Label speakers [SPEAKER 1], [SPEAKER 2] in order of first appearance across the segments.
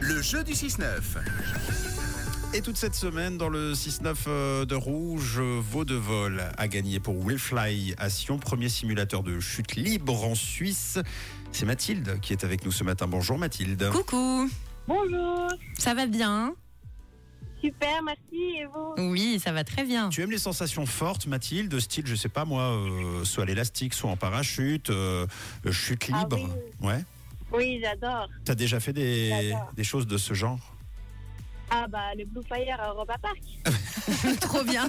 [SPEAKER 1] Le jeu du 6-9.
[SPEAKER 2] Et toute cette semaine, dans le 6-9 euh, de Rouge, euh, Vaudevol a gagné pour Willfly à Sion, premier simulateur de chute libre en Suisse. C'est Mathilde qui est avec nous ce matin. Bonjour Mathilde.
[SPEAKER 3] Coucou,
[SPEAKER 4] Bonjour,
[SPEAKER 3] ça va bien hein
[SPEAKER 4] super, merci, et vous
[SPEAKER 3] Oui, ça va très bien.
[SPEAKER 2] Tu aimes les sensations fortes, Mathilde, style, je sais pas moi, euh, soit à l'élastique, soit en parachute, euh, chute
[SPEAKER 4] Ah
[SPEAKER 2] libre. Ouais.
[SPEAKER 4] Oui, j'adore.
[SPEAKER 2] T'as déjà fait des,
[SPEAKER 4] J'adore.
[SPEAKER 2] des choses de ce genre
[SPEAKER 4] Ah bah, le Blue Fire à Europa Park.
[SPEAKER 3] Trop bien,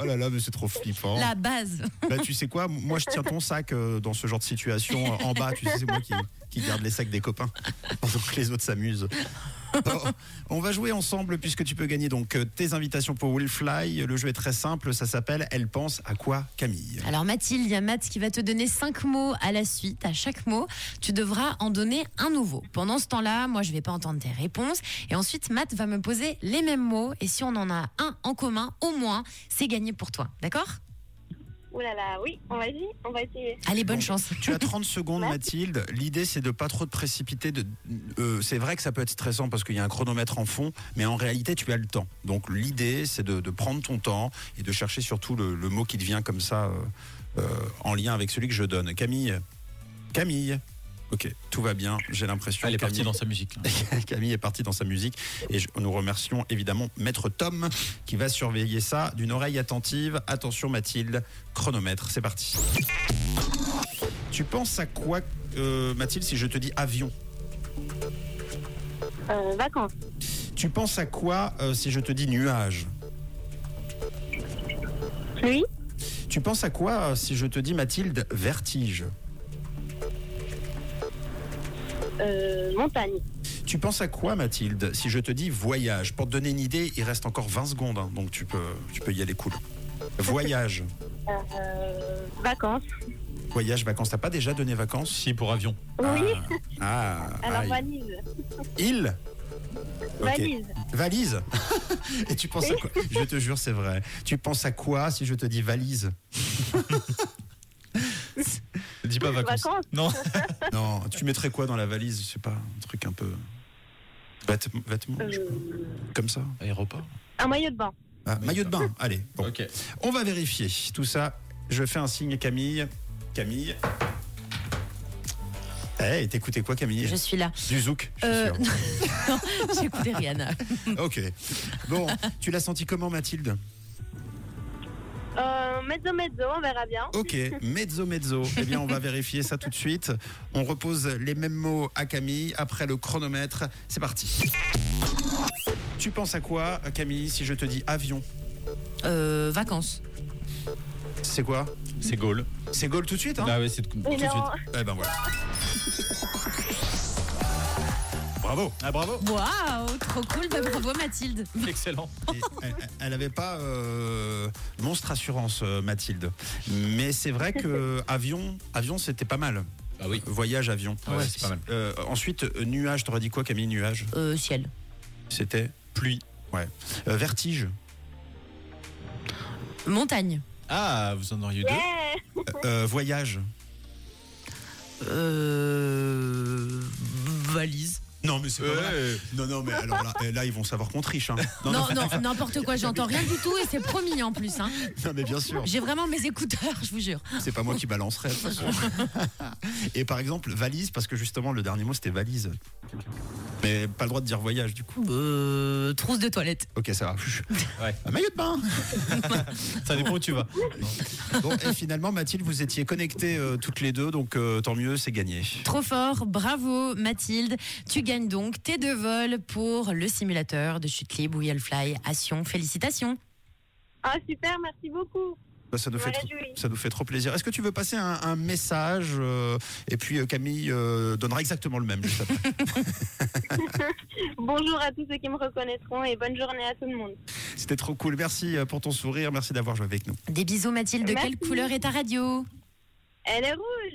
[SPEAKER 2] Oh là là, mais c'est trop flippant.
[SPEAKER 3] la base.
[SPEAKER 2] Bah, tu sais quoi, moi je tiens ton sac euh, dans ce genre de situation euh, en bas. Tu sais, c'est moi qui, qui garde les sacs des copains pendant que les autres s'amusent. Bon, on va jouer ensemble puisque tu peux gagner donc euh, tes invitations pour Will Fly. Le jeu est très simple, ça s'appelle Elle pense à quoi Camille
[SPEAKER 3] Alors Mathilde, il y a Matt qui va te donner cinq mots à la suite. À chaque mot, tu devras en donner un nouveau. Pendant ce temps-là, moi, je vais pas entendre tes réponses. Et ensuite, Matt va me poser les mêmes mots. Et si on en a un en commun, au moins, c'est gagné pour toi. D'accord
[SPEAKER 4] Ouh là là, oui, on va y, on va essayer.
[SPEAKER 3] Allez, bonne
[SPEAKER 2] Bon.
[SPEAKER 3] chance.
[SPEAKER 2] Tu as 30 secondes Mathilde. L'idée c'est de pas trop te précipiter. de- euh, c'est vrai que ça peut être stressant parce qu'il y a un chronomètre en fond, mais en réalité tu as le temps. Donc l'idée c'est de, de prendre ton temps et de chercher surtout le, le mot qui te vient comme ça euh, euh, en lien avec celui que je donne. Camille Camille Ok, tout va bien, j'ai l'impression.
[SPEAKER 5] Elle est partie
[SPEAKER 2] Camille-
[SPEAKER 5] dans sa musique. là.
[SPEAKER 2] Camille est partie dans sa musique et je- nous remercions évidemment Maître Tom qui va surveiller ça d'une oreille attentive. Attention Mathilde, chronomètre, c'est parti. Tu penses à quoi euh, Mathilde si je te dis avion
[SPEAKER 4] Euh, vacances,
[SPEAKER 2] Tu penses à quoi euh, si je te dis nuage
[SPEAKER 4] pluie,
[SPEAKER 2] Tu penses à quoi euh, si je te dis Mathilde vertige
[SPEAKER 4] euh, montagne,
[SPEAKER 2] Tu penses à quoi Mathilde si je te dis voyage Pour te donner une idée, il reste encore 20 secondes hein, donc tu peux, tu peux y aller cool. Voyage.
[SPEAKER 4] euh, vacances.
[SPEAKER 2] Voyage, vacances. T'as pas déjà donné vacances
[SPEAKER 5] Si, pour avion.
[SPEAKER 4] Oui,
[SPEAKER 2] Ah,
[SPEAKER 4] alors
[SPEAKER 2] aïe.
[SPEAKER 4] valise,
[SPEAKER 2] Il Ok.
[SPEAKER 4] valise,
[SPEAKER 2] Valise Et tu penses à quoi Je te jure, c'est vrai. Tu penses à quoi si je te dis valise
[SPEAKER 5] Dis pas vacances.
[SPEAKER 4] vacances,
[SPEAKER 5] Non,
[SPEAKER 2] Non, tu mettrais quoi dans la valise Je sais pas, un truc un peu. Vêt- Vêtements, je-
[SPEAKER 4] euh,
[SPEAKER 2] comme ça.
[SPEAKER 5] aéroport.
[SPEAKER 4] un maillot de bain.
[SPEAKER 2] Ah, maillot de bain, allez. bon.
[SPEAKER 5] Ok.
[SPEAKER 2] On va vérifier tout ça. Je fais un signe à Camille. Camille. Eh, t'écoutais quoi, Camille
[SPEAKER 3] Je suis là.
[SPEAKER 2] Du zouk, je suis
[SPEAKER 3] Euh,
[SPEAKER 2] sûr.
[SPEAKER 3] J'ai écouté Rihanna.
[SPEAKER 2] Ok. Bon, tu l'as senti comment, Mathilde
[SPEAKER 4] Euh, mezzo mezzo, on verra bien.
[SPEAKER 2] Ok, mezzo mezzo. Eh bien, on va vérifier ça tout de suite. On repose les mêmes mots à Camille après le chronomètre. C'est parti. Tu penses à quoi, Camille, si je te dis avion
[SPEAKER 3] Euh, vacances.
[SPEAKER 2] C'est quoi
[SPEAKER 5] C'est Gaulle.
[SPEAKER 2] C'est Gaulle tout de suite, hein
[SPEAKER 5] Bah ouais, c'est tout de
[SPEAKER 4] Mais
[SPEAKER 5] suite.
[SPEAKER 4] non,
[SPEAKER 2] Eh ben voilà. Bravo.
[SPEAKER 5] Ah bravo.
[SPEAKER 3] Waouh, trop cool. Bah, bravo Mathilde.
[SPEAKER 5] Excellent.
[SPEAKER 2] Et elle- elle n'avait pas euh, monstre assurance, euh, Mathilde. Mais c'est vrai que avion, avion, c'était pas mal.
[SPEAKER 4] Bah
[SPEAKER 5] Ah oui.
[SPEAKER 2] Voyage avion.
[SPEAKER 5] Ouais, c'est pas mal.
[SPEAKER 2] Euh, ensuite, euh, nuage. T'aurais dit quoi, Camille Nuage.
[SPEAKER 3] Euh, ciel.
[SPEAKER 2] C'était pluie. Ouais. Euh, vertige.
[SPEAKER 3] Montagne.
[SPEAKER 5] Ah, vous en auriez deux.
[SPEAKER 4] yeah
[SPEAKER 2] Euh, voyage.
[SPEAKER 3] Euh, valise.
[SPEAKER 2] Non mais c'est
[SPEAKER 5] pas
[SPEAKER 2] Non non mais alors là, eh, là, ils vont savoir qu'on triche. hein. Non,
[SPEAKER 3] Non, non, n'importe quoi, j'entends rien du tout et c'est promis en plus. hein.
[SPEAKER 2] non, mais bien sûr.
[SPEAKER 3] J'ai vraiment mes écouteurs, je vous jure.
[SPEAKER 2] C'est pas moi qui balancerai. de toute façon. Et par exemple valise parce que justement le dernier mot c'était valise. Mais pas le droit de dire voyage du coup.
[SPEAKER 3] Euh, trousse de toilette.
[SPEAKER 2] Ok ça va.
[SPEAKER 5] Ouais.
[SPEAKER 2] Un maillot de bain.
[SPEAKER 5] Ça dépend où tu vas.
[SPEAKER 2] Bon et finalement Mathilde vous étiez connectées euh, toutes les deux donc euh, tant mieux c'est gagné.
[SPEAKER 3] Trop fort, bravo Mathilde. Tu gagnes donc tes deux vols pour le simulateur de chute libre Wheelfly à Sion. Félicitations.
[SPEAKER 4] Ah super, merci beaucoup.
[SPEAKER 2] Bah, ça nous
[SPEAKER 4] Je
[SPEAKER 2] fait
[SPEAKER 4] me
[SPEAKER 2] trop.
[SPEAKER 4] réjouis.
[SPEAKER 2] Ça nous fait trop plaisir. Est-ce que tu veux passer un, un message euh, Et puis euh, Camille euh, donnera exactement le même juste après.
[SPEAKER 4] Bonjour à tous ceux qui me reconnaîtront et bonne journée à tout le monde.
[SPEAKER 2] C'était trop cool. Merci euh, pour ton sourire. Merci d'avoir joué avec nous.
[SPEAKER 3] Des bisous Mathilde. De
[SPEAKER 4] Merci.
[SPEAKER 3] quelle couleur est ta radio
[SPEAKER 4] Elle est rouge